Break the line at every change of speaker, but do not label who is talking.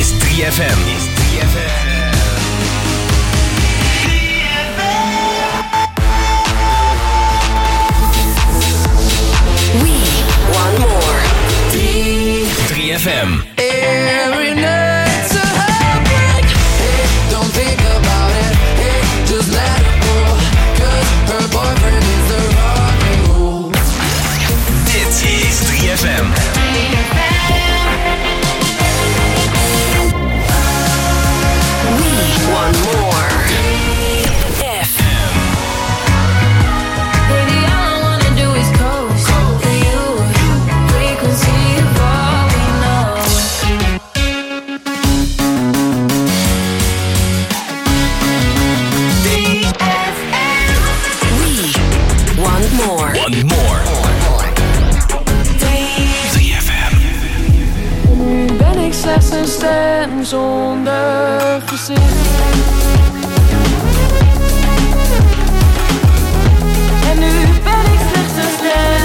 ZFM. Is ZFM.
We want more.
3FM.
Every night's a heartbreak. Hey, don't think about it. Hey, just let it go. 'Cause her boyfriend is the rock and roll.
Dit is 3FM.
We want more. F.
Baby, all I wanna do is coast to you. Frequency of all we know.
We want more.
One more. 3FM.
Ben ik slechts een stem zonder gezicht? En nu ben ik slechts een stem.